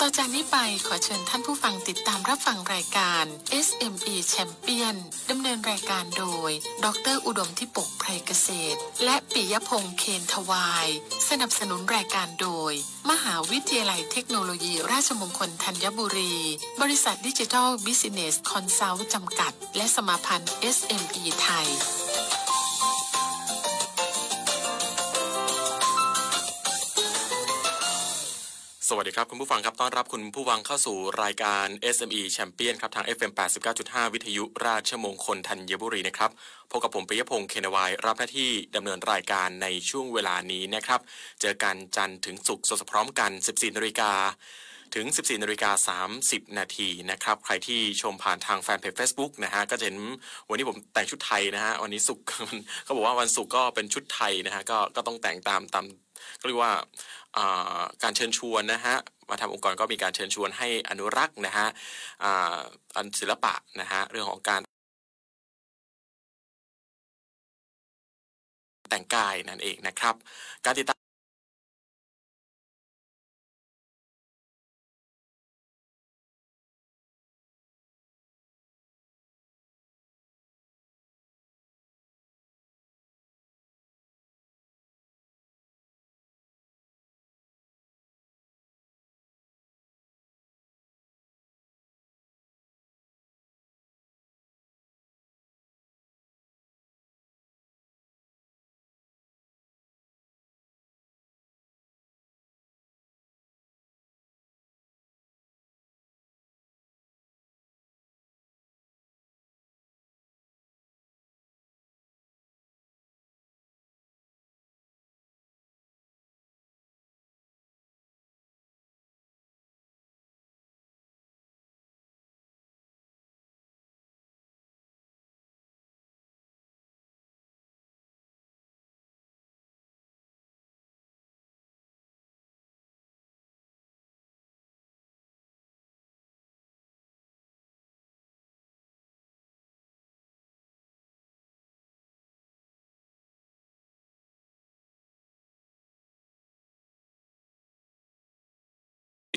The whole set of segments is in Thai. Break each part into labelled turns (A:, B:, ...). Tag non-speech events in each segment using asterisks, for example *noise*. A: ต่อจากนี้ไปขอเชิญท่านผู้ฟังติดตามรับฟังรายการ SME Champion ดำเนินรายการโดย ดร อุดมทิปกไพรเกษตร และปิยพงษ์เคนทวาย สนับสนุนรายการโดย มหาวิทยาลัยเทคโนโลยี ราชมงคลธัญบุรี บริษัทดิจิทัลบิสเนสคอนซัลท์จำกัด และสมาพันธ์ SME ไทย
B: สวัสดีครับ คุณผู้ฟังครับต้อนรับคุณผู้ฟังเข้าสู่รายการ SME Champion ครับ ทาง FM 89.5 วิทยุราชมงคลธัญบุรีนะครับพบกับผมปิยพงศ์เคนวาย รับหน้าที่ดำเนินรายการในช่วงเวลานี้นะครับ เจอกันจันทร์ถึงศุกร์สดๆพร้อมกัน 14นาฬิกา ถึง 14นาฬิกา30 นาทีนะครับ ใครที่ชมผ่านทางแฟนเพจ Facebook นะฮะ ก็จะเห็นวันนี้ผมแต่งชุดไทยนะฮะ วันนี้สุกร์ *laughs* เขาบอกว่าวันศุกร์ก็เป็นชุดไทยนะฮะ ก็ก็ต้องแต่งตามตามก็เรียกว่าอ่าการเชิญชวนนะฮะ มาทำองค์กรก็มีการเชิญชวนให้อนุรักษ์นะฮะอ่าอันศิลปะนะฮะ เรื่องของการแต่งกายนั่นเองนะครับ การติดตาม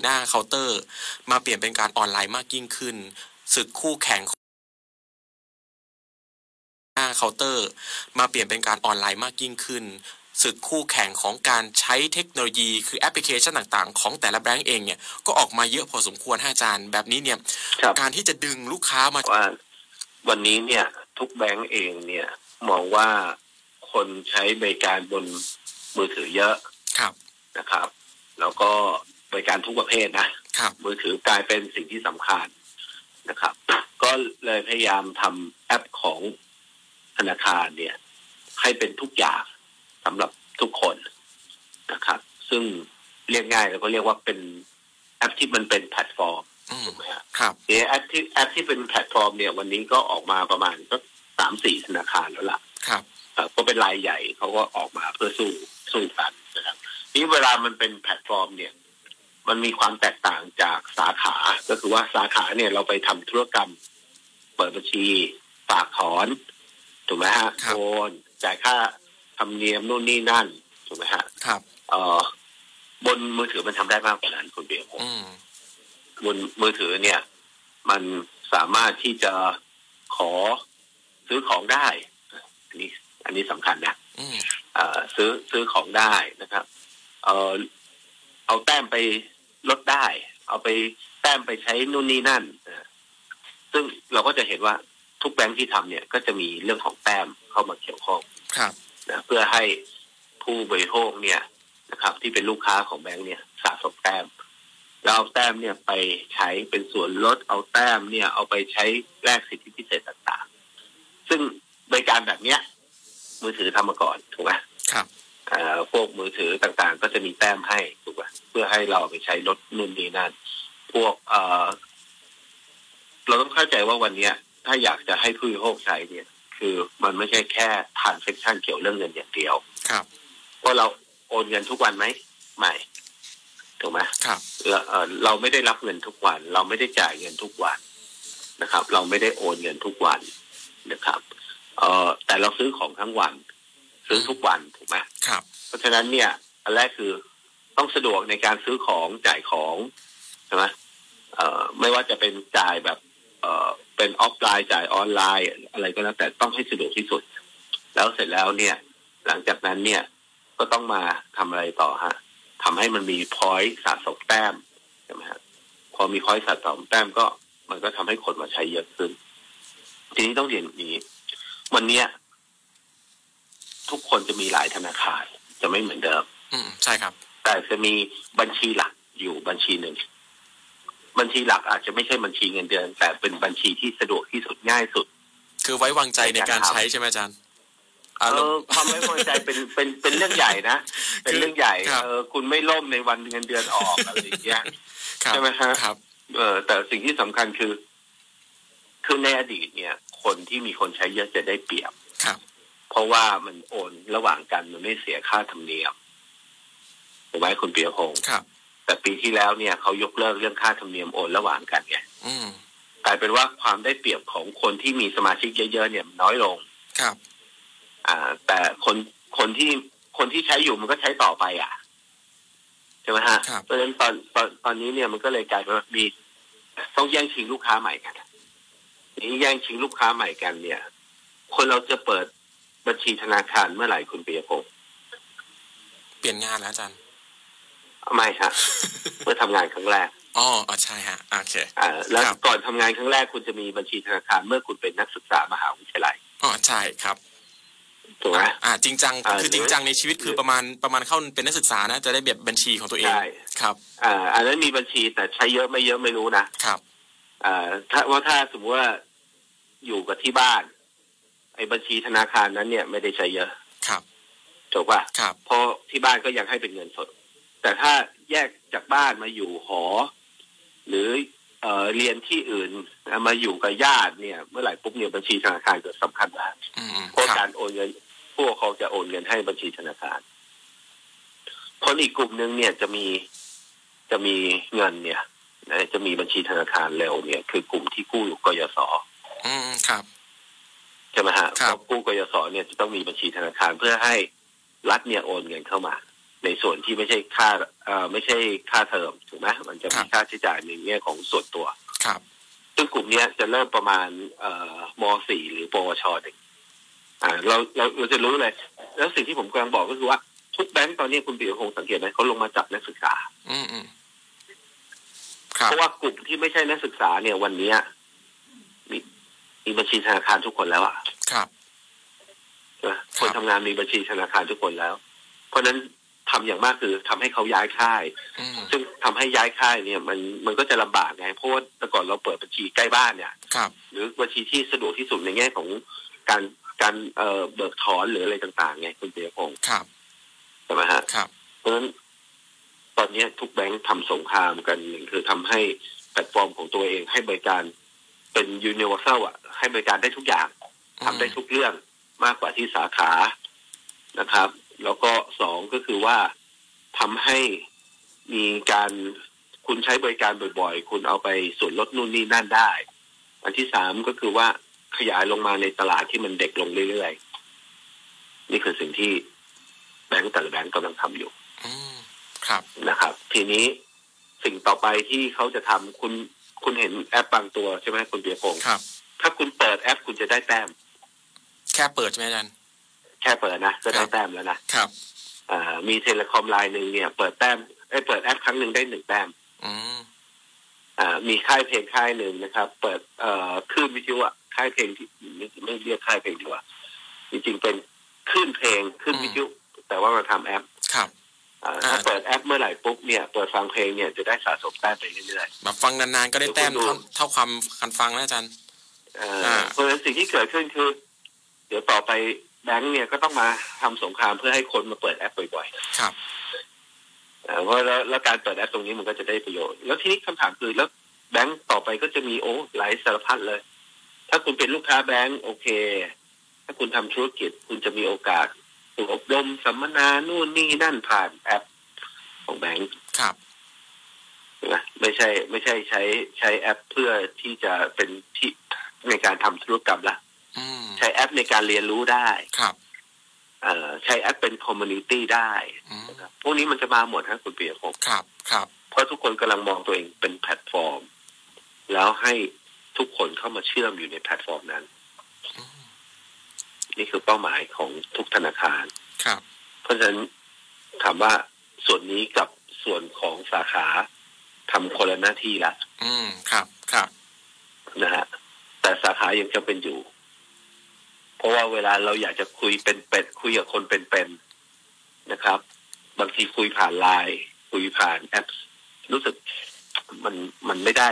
B: หน้าเคาน์เตอร์มาเปลี่ยนเป็นการออนไลน์มากยิ่งขึ้นศึกคู่แข่งของหน้าเคาน์เตอร์มาเปลี่ยนเป็นการออนไลน์มากยิ่งขึ้นศึกคู่แข่งของการใช้เทคโนโลยี คือแอปพลิเคชันต่างๆ ของแต่ละแบรนด์เองเนี่ยก็ออกมาเยอะพอสมควรห้าจารย์ แบบนี้เนี่ย
C: ครับ
B: การที่จะดึงลูกค้ามา
C: ว่าวันนี้เนี่ยทุกแบงก์เองเนี่ยมองว่าคนใช้บริการบนมือถือเยอะ
B: ครับ
C: นะครับ แล้วก็บริการทุกประเภทนะครับ มือถือกลายเป็นสิ่งที่สำคัญนะครับ ก็เลยพยายามทำแอปของธนาคารเนี่ย ให้เป็นทุกอย่างสำหรับทุกคนนะครับ ซึ่งเรียกง่ายแล้วก็เรียกว่าเป็นแอปที่มันเป็นแพลตฟอร์ม
B: อืม
C: ถูกไหมฮะ
B: ครับ
C: เออแอปที่แอปที่เป็นแพลตฟอร์มเนี่ยวันนี้ก็ออกมาประมาณสักสามสี่ธนาคารแล้วล่ะ
B: ครับ
C: เอ่อก็เป็นรายใหญ่เขาก็ออกมาเพื่อสู้สู้กันนะครับนี่เวลามันเป็นแพลตฟอร์มเนี่ย มันมีความแตกต่างจากสาขา ก็คือว่าสาขาเนี่ยเราไปทำธุรกรรม เปิดบัญชีฝากถอนถูกไหมฮะ
B: ครับ
C: โอนจ่ายค่าธรรมเนียมนู่นนี่นั่นถูกไหมฮะ
B: ครับ
C: เออบนมือถือมันทำได้มากกว่านั้นคุณเบียร์ผม
B: อืม
C: บนมือถือเนี่ย มันสามารถที่จะขอซื้อของได้ อันนี้ อันนี้สำคัญนะ
B: อืม
C: เอ่อซื้อซื้อของได้นะครับ เออเอาแต้มไปลดได้ เอาไปแต้มไปใช้นู่นนี่นั่นนะซึ่งเราก็จะเห็นว่าทุกแบงค์ที่ทำเนี่ย ก็จะมีเรื่องของแต้มเข้ามาเกี่ยวข้อง
B: ครับ
C: นะเพื่อให้ผู้บริโภคเนี่ยนะครับ ที่เป็นลูกค้าของแบงค์เนี่ยสะสมแต้มแล้วเอาแต้มเนี่ยไปใช้เป็นส่วนลดเอาแต้มเนี่ย เอาไปใช้แลกสิทธิพิเศษต่างๆ ซึ่งบริการแบบเนี้ย มือถือทำมาก่อนถูกไหม
B: ครับ
C: เอ่อพวกมือถือต่างๆ ก็จะมีแต้มให้ถูกไหมเพื่อให้เราเอาไปใช้ลดนู่นนี่นั่นพวกเอ่อเราต้องเข้าใจว่าวันเนี้ย ถ้าอยากจะให้ผู้บริโภคใช้เนี่ย คือมันไม่ใช่แค่ทานเซ็กชันเกี่ยวเรื่องเงินอย่างเดียว
B: ครับ
C: ว่าเราโอนเงินทุกวันไหมไม่ถูกไหม
B: ครับ
C: เราเอ่อเราไม่ได้รับเงินทุกวัน เราไม่ได้จ่ายเงินทุกวันนะครับ เราไม่ได้โอนเงินทุกวันนะครับ เอ่อแต่เราซื้อของทั้งวัน ซื้อทุกวันถูกไหม
B: ครับ
C: เพราะฉะนั้นเนี่ย อันแรกคือต้องสะดวกในการซื้อของจ่ายของ ช่ไหมเอ่อไม่ว่าจะเป็นจ่ายแบบ เอ่อเป็นออฟไลน์จ่ายออนไลน์ อะไรก็แล้วแต่ต้องให้สะดวกที่สุด แล้วเสร็จแล้วเนี่ย หลังจากนั้นเนี่ยก็ต้องมาทำอะไรต่อฮะทำให้มันมีพอยต์สะสมแต้มใช่ไหมฮะพอมีพอยต์สะสมแต้มก็มันก็ทำให้คนมาใช้เยอะขึ้น ทีนี้ต้องเรียนอย่างนี้ วันเนี้ยทุกคนจะมีหลายธนาคาร จะไม่เหมือนเดิม
B: อืมใช่ครับ
C: แต่จะมีบัญชีหลักอยู่บัญชีหนึ่ง บัญชีหลักอาจจะไม่ใช่บัญชีเงินเดือน แต่เป็นบัญชีที่สะดวกที่สุดง่ายสุด
B: คือไว้วางใจในการใช้ใช่ไหมอาจารย์อา
C: เอ
B: รม
C: อ
B: ณ์
C: ความไม่พอใจเป็นเป็นเป็นเรื่องใหญ่นะเป็นเรื่องใหญ่
B: ครับ
C: เออคุณไม่ล่มในวันเงินเดือนออกอะไรอย่างเงี้ย
B: *laughs* ครับ
C: ใช่ไหมฮะ
B: ครับ
C: เออแต่สิ่งที่สำคัญคือ คือในอดีตเนี่ย คนที่มีคนใช้เยอะจะได้เปรียบ
B: ครับ
C: เพราะว่ามันโอนระหว่างกันมันไม่เสียค่าธรรมเนียมถูกไหมคุณเปียพงษ์
B: ครับ
C: แต่ปีที่แล้วเนี่ยเขายกเลิกเรื่องค่าธรรมเนียมโอนระหว่างกันไง
B: อืม
C: กลายเป็นว่าความได้เปรียบของคนที่มีสมาชิกเยอะๆเนี่ยมันน้อยลง
B: ครับ
C: อ่า แต่คนคนที่คนที่ใช้อยู่มันก็ใช้ต่อไปอ่ะใช่ไหมฮะ
B: ครับ
C: เพราะฉะนั้นตอนตอนตอนนี้เนี่ยมันก็เลยกลายเป็นว่ามีต้องแย่งชิงลูกค้าใหม่กันนี่แย่งชิงลูกค้าใหม่กันเนี่ย คนเราจะเปิดบัญชีธนาคารเมื่อไหร่คุณเปียพงศ์
B: เปลี่ยนงานแล้วอาจารย์
C: ไม่
B: *laughs*
C: ฮะ เมื่อทำงานครั้งแรก
B: อ๋ออ๋อใช่ฮะโอเค
C: อ่า แล้ว
B: ครับ
C: ก่อนทำงานครั้งแรกคุณจะมีบัญชีธนาคารเมื่อคุณเป็นนักศึกษามหาวิทยาลัย
B: อ๋อใช่ครับ
C: ถูกไหม
B: อ่าจริงจัง
C: อ่า
B: คือจริงจังในชีวิตคือประมาณประมาณเข้าเป็นนักศึกษานะ จะได้เบียดบัญชีของตัวเอง
C: ใช่
B: ครับ
C: อ่า อันนั้นมีบัญชีแต่ใช้เยอะไม่เยอะไม่รู้นะ
B: ครับ
C: อ่าถ้าว่าถ้าสมมติว่าอยู่กับที่บ้าน ไอ้บัญชีธนาคารนั้นเนี่ยไม่ได้ใช้เยอะ
B: ครับ
C: ถูกป่ะ
B: ครับ
C: เพราะที่บ้านก็ยังให้เป็นเงินสด แต่ถ้าแยกจากบ้านมาอยู่หอ หรือเอ่อเรียนที่อื่นมาอยู่กับญาติเนี่ย เมื่อไหร่ปุ๊บเนี่ยบัญชีธนาคารจะสำคัญมาก
B: อืม
C: เพราะกา
B: คั
C: รร
B: บ
C: โอนเงินผู้ปกครองจะโอนเงินให้บัญชีธนาคารคนอีกกลุ่มหนึ่งเนี่ยจะมีจะมีเงินเนี่ยนะจะมีบัญชีธนาคารเร็วเนี่ย คือกลุ่มที่กู้อยู่กยศ
B: อืมครับ
C: ใช่ไหมฮะ
B: ครับ
C: เพาะกู้กยศเนี่ยจะต้องมีบัญชีธนาคารเพื่อให้รัฐเนี่ยโอนเงินเข้ามา ในส่วนที่ไม่ใช่ค่าเอ่อไม่ใช่ค่าเทอมถูกไหมมันจะมีค่าใช้จ่ายในแง่ของส่วนตัว
B: ครับ
C: ซึ่งกลุ่มเนี้ยจะเริ่มประมาณเอ่อม .4 หรือปวชหนึ่งอ่าเราเราเราจะรู้เลย แล้วสิ่งที่ผมกำลังบอกก็คือว่า ทุกแบงก์ตอนนี้คุณปิยพงศ์สังเกตไหมเขาลงมาจับนักศึกษา
B: อืมอืมครับ
C: เพราะว่ากลุ่มที่ไม่ใช่นักศึกษาเนี่ยวันเนี้ยมีมีบัญชีธนาคารทุกคนแล้วอะ
B: ครับ
C: นะ
B: ค
C: ค
B: รั
C: น
B: บ
C: ทำงานมีบัญชีธนาคารทุกคนแล้ว เพราะฉะนั้นทำอย่างมากคือทำให้เขาย้ายค่าย
B: อืม
C: ซึ่งทำให้ย้ายค่ายเนี่ย มันมันก็จะลำบากไงเพราะว่าแต่ก่อนเราเปิดบัญชีใกล้บ้านเนี่ย
B: ครับ
C: หรือบัญชีที่สะดวกที่สุดในแง่ของการการเอ่อเบิกถอนหรืออะไรต่างๆไงคุณเจพงศ์
B: ครับ
C: ใช่ไหมฮะ
B: ครับ
C: เพราะฉะนั้นตอนเนี้ยทุกแบงค์ทำสงครามกันหนึ่งคือทำให้แพลตฟอร์มของตัวเองให้บริการเป็นยูนิเวอร์แซลอ่ะ ให้บริการได้ทุกอย่าง ทำได้ทุกเรื่องมากกว่าที่สาขานะครับ แล้วก็สองก็คือว่าทำให้มีการคุณใช้บริการบ่อยๆ คุณเอาไปส่วนลดนู่นนี่นั่นได้ อันที่สามก็คือว่าขยายลงมาในตลาดที่มันเด็กลงเรื่อยๆ นี่คือสิ่งที่แบงก์แต่ละแบงก์กำลังทำอยู่
B: อืมครับ
C: นะครับ ทีนี้สิ่งต่อไปที่เขาจะทำคุณคุณเห็นแอปบางตัวใช่ไหมคุณเบียร์พงศ์
B: ครับ
C: ถ้าคุณเปิดแอปคุณจะได้แต้ม
B: แค่เปิดใช่ไหมอาจารย์
C: แค่เปิดนะก็ได้แต้มแล้วนะครับ อ่ามีเทเลคอมรายหนึ่งเนี่ย เปิดแต้มเอ้ยเปิดแอปครั้งหนึ่งได้หนึ่งแต้ม
B: อืม
C: อ่ามีค่ายเพลงค่ายหนึ่งนะครับ เปิดเอ่อคลื่นวิทยุอะค่ายเพลงที่ไม่ไม่เรียกค่ายเพลงดีกว่าจริงๆเป็นคลื่นเพลงคลื่นวิทยุแต่ว่ามาทำแอป
B: ครับ
C: อ่า
B: อ่า
C: ถ้าเปิดแอปเมื่อไหร่ปุ๊บเนี่ยเปิดฟังเพลงเนี่ยจะได้สะสมแต้มไปเรื่อย
B: แบบฟังนานๆก็ได้แต้มเท่าเท่าความการฟังนะอาจารย์
C: ๆเอ่ออา เพราะฉะนั้นสิ่งที่เกิดขึ้นคือ เดี๋ยวต่อไปแบงก์เนี่ยก็ต้องมาทำสงครามเพื่อให้คนมาเปิดแอปบ่อยๆ
B: ครับ
C: เอ่อเพราะแล้วแล้วการเปิดแอปตรงนี้มันก็จะได้ประโยชน์ แล้วทีนี้คำถามคือแล้วแบงก์ต่อไปก็จะมีโอ้หลายสารพัดเลย ถ้าคุณเป็นลูกค้าแบงก์โอเค ถ้าคุณทำธุรกิจคุณจะมีโอกาสถูกอบรมสัมมนานู่นนี่นั่นผ่านแอปของแบงก์
B: ครับ
C: ใช่ไหมไม่ใช่ ไม่ใช่ใช้ใช้แอปเพื่อที่จะเป็นที่ในการทำธุรกรรมละ
B: อืม
C: ใช้แอปในการเรียนรู้ได้
B: ครับ
C: เอ่อใช้แอปเป็นคอมมูนิตี้ได้
B: อืม
C: นะครับพวกนี้มันจะมาหมดฮะคุณปียพงศ์
B: ครับครับ
C: เพราะทุกคนกำลังมองตัวเองเป็นแพลตฟอร์ม แล้วให้ทุกคนเข้ามาเชื่อมอยู่ในแพลตฟอร์มนั้น นี่คือเป้าหมายของทุกธนาคาร
B: ครับ
C: เพราะฉะนั้นถามว่าส่วนนี้กับส่วนของสาขาทำคนละหน้าที่ละ
B: อืมครับครับ
C: นะฮะแต่สาขายังจำเป็นอยู่ เพราะว่าเวลาเราอยากจะคุยเป็นเป็ดคุยกับคนเป็นๆนะครับ บางทีคุยผ่านไลน์คุยผ่านแอปรู้สึกมันมันไม่ได้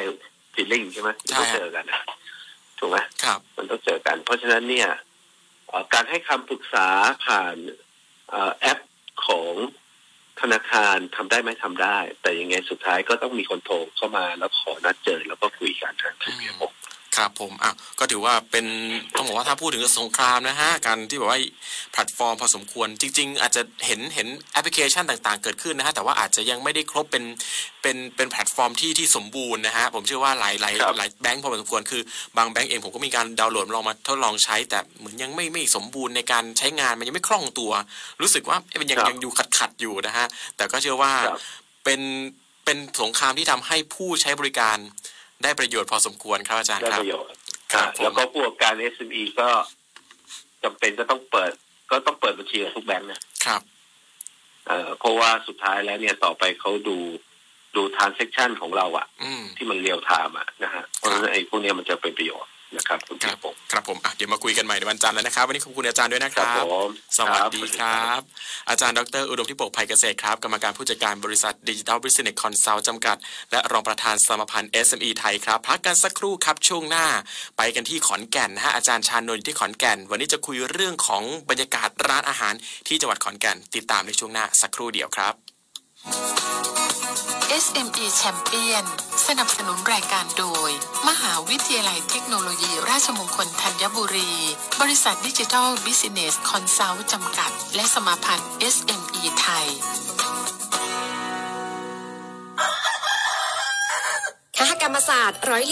C: ฟีลลิ่งใช่ไหมมันต้องเจอกันอะถูกไหม
B: ครับ
C: มันต้องเจอกัน เพราะฉะนั้นเนี่ยเอ่อการให้คำปรึกษาผ่านเอ่อแอปของธนาคารทำได้ไหมทำได้ แต่ยังไงสุดท้ายก็ต้องมีคนโทรเข้ามาแล้วขอนัดเจอแล้วก็คุยกันทางทีวีหก
B: ครับผมอ่ะก็ถือว่าเป็นต้องบอกว่าถ้าพูดถึงสงครามนะฮะการที่แบบว่าแพลตฟอร์มพอสมควร จริง ๆ อาจจะเห็นเห็นแอปพลิเคชันต่างๆ เกิดขึ้นนะฮะแต่ว่าอาจจะยังไม่ได้ครบเป็นเป็นเป็นแพลตฟอร์มที่ที่สมบูรณ์นะฮะผมเชื่อว่าหลายหลายหลายแบงค์พอสมควรคือบางแบงค์เองผมก็มีการดาวน์โหลดลองมาทดลองใช้ แต่เหมือนยังไม่ไม่สมบูรณ์ในการใช้งานมันยังไม่คล่องตัว รู้สึกว่าเอ๊ะมันยังยังอยู่ขัดขัดๆอยู่นะฮะแต่ก็เชื่อว่า
C: ครับ
B: เป็นเป็นสงครามที่ทำให้ผู้ใช้บริการได้ประโยชน์พอสมควรครับอาจารย์ค
C: ได้
B: รั
C: ป
B: บ
C: ระโยชน์
B: ครับ
C: อ่ะแล้วก็ผู้ประกอบการ SME ก็จำเป็นก็ต้องเปิด ก็ต้องเปิดบัญชีกับทุกแบงค์นะครับ เอ่อเพราะว่าสุดท้ายแล้วเนี่ยต่อไปเขาดูดูทานเซ็คชันของเราอะ
B: อืม
C: ที่มันเรียลไทม์อะนะฮะเพราะฉะนั้นไอ้พวกเนี้ยมันจะเป็นประโยชน์นะครับคุณ
B: ค
C: เจี
B: รั
C: ย
B: บ
C: ผม
B: ครับผมอ่ะเดี๋ยวมาคุยกันใหม่ในวันจันทร์แล้วนะครับ วันนี้ขอบคุณอาจารย์ด้วยนะค
C: ครั
B: รั
C: บบ ผม
B: สวัสดีค
C: บ
B: รับ อาจารย์ดรอุดมทิปกภัยเกษตรครับ กรรมการผู้จัดการบริษัทดิจิทัลบริ i n เน s คอนซัลท์จำกัด และรองประธานสมาพันธ์ SME ไทยครับ พักกันสักครู่ครับช่วงหน้า ไปกันที่ขอนแก่นนะฮะอาจารย์ชานนท์อยู่ที่ขอนแก่น วันนี้จะคุยเรื่องของบรรยากาศร้านอาหารที่จังหวัดขอนแก่น ติดตามในช่วงหน้าสักครู่เดียวครับ
A: SME Champion สนับสนุนรายการโดย มหาวิทยาลัยเทคโนโลยี ราชมงคลธัญบุรี บริษัทดิจิทัลบิสเนสคอนซัลท์จำกัด และสมาพันธ์ SME ไทย
D: คหกรรมศาสตร์ร้อยเหรียญ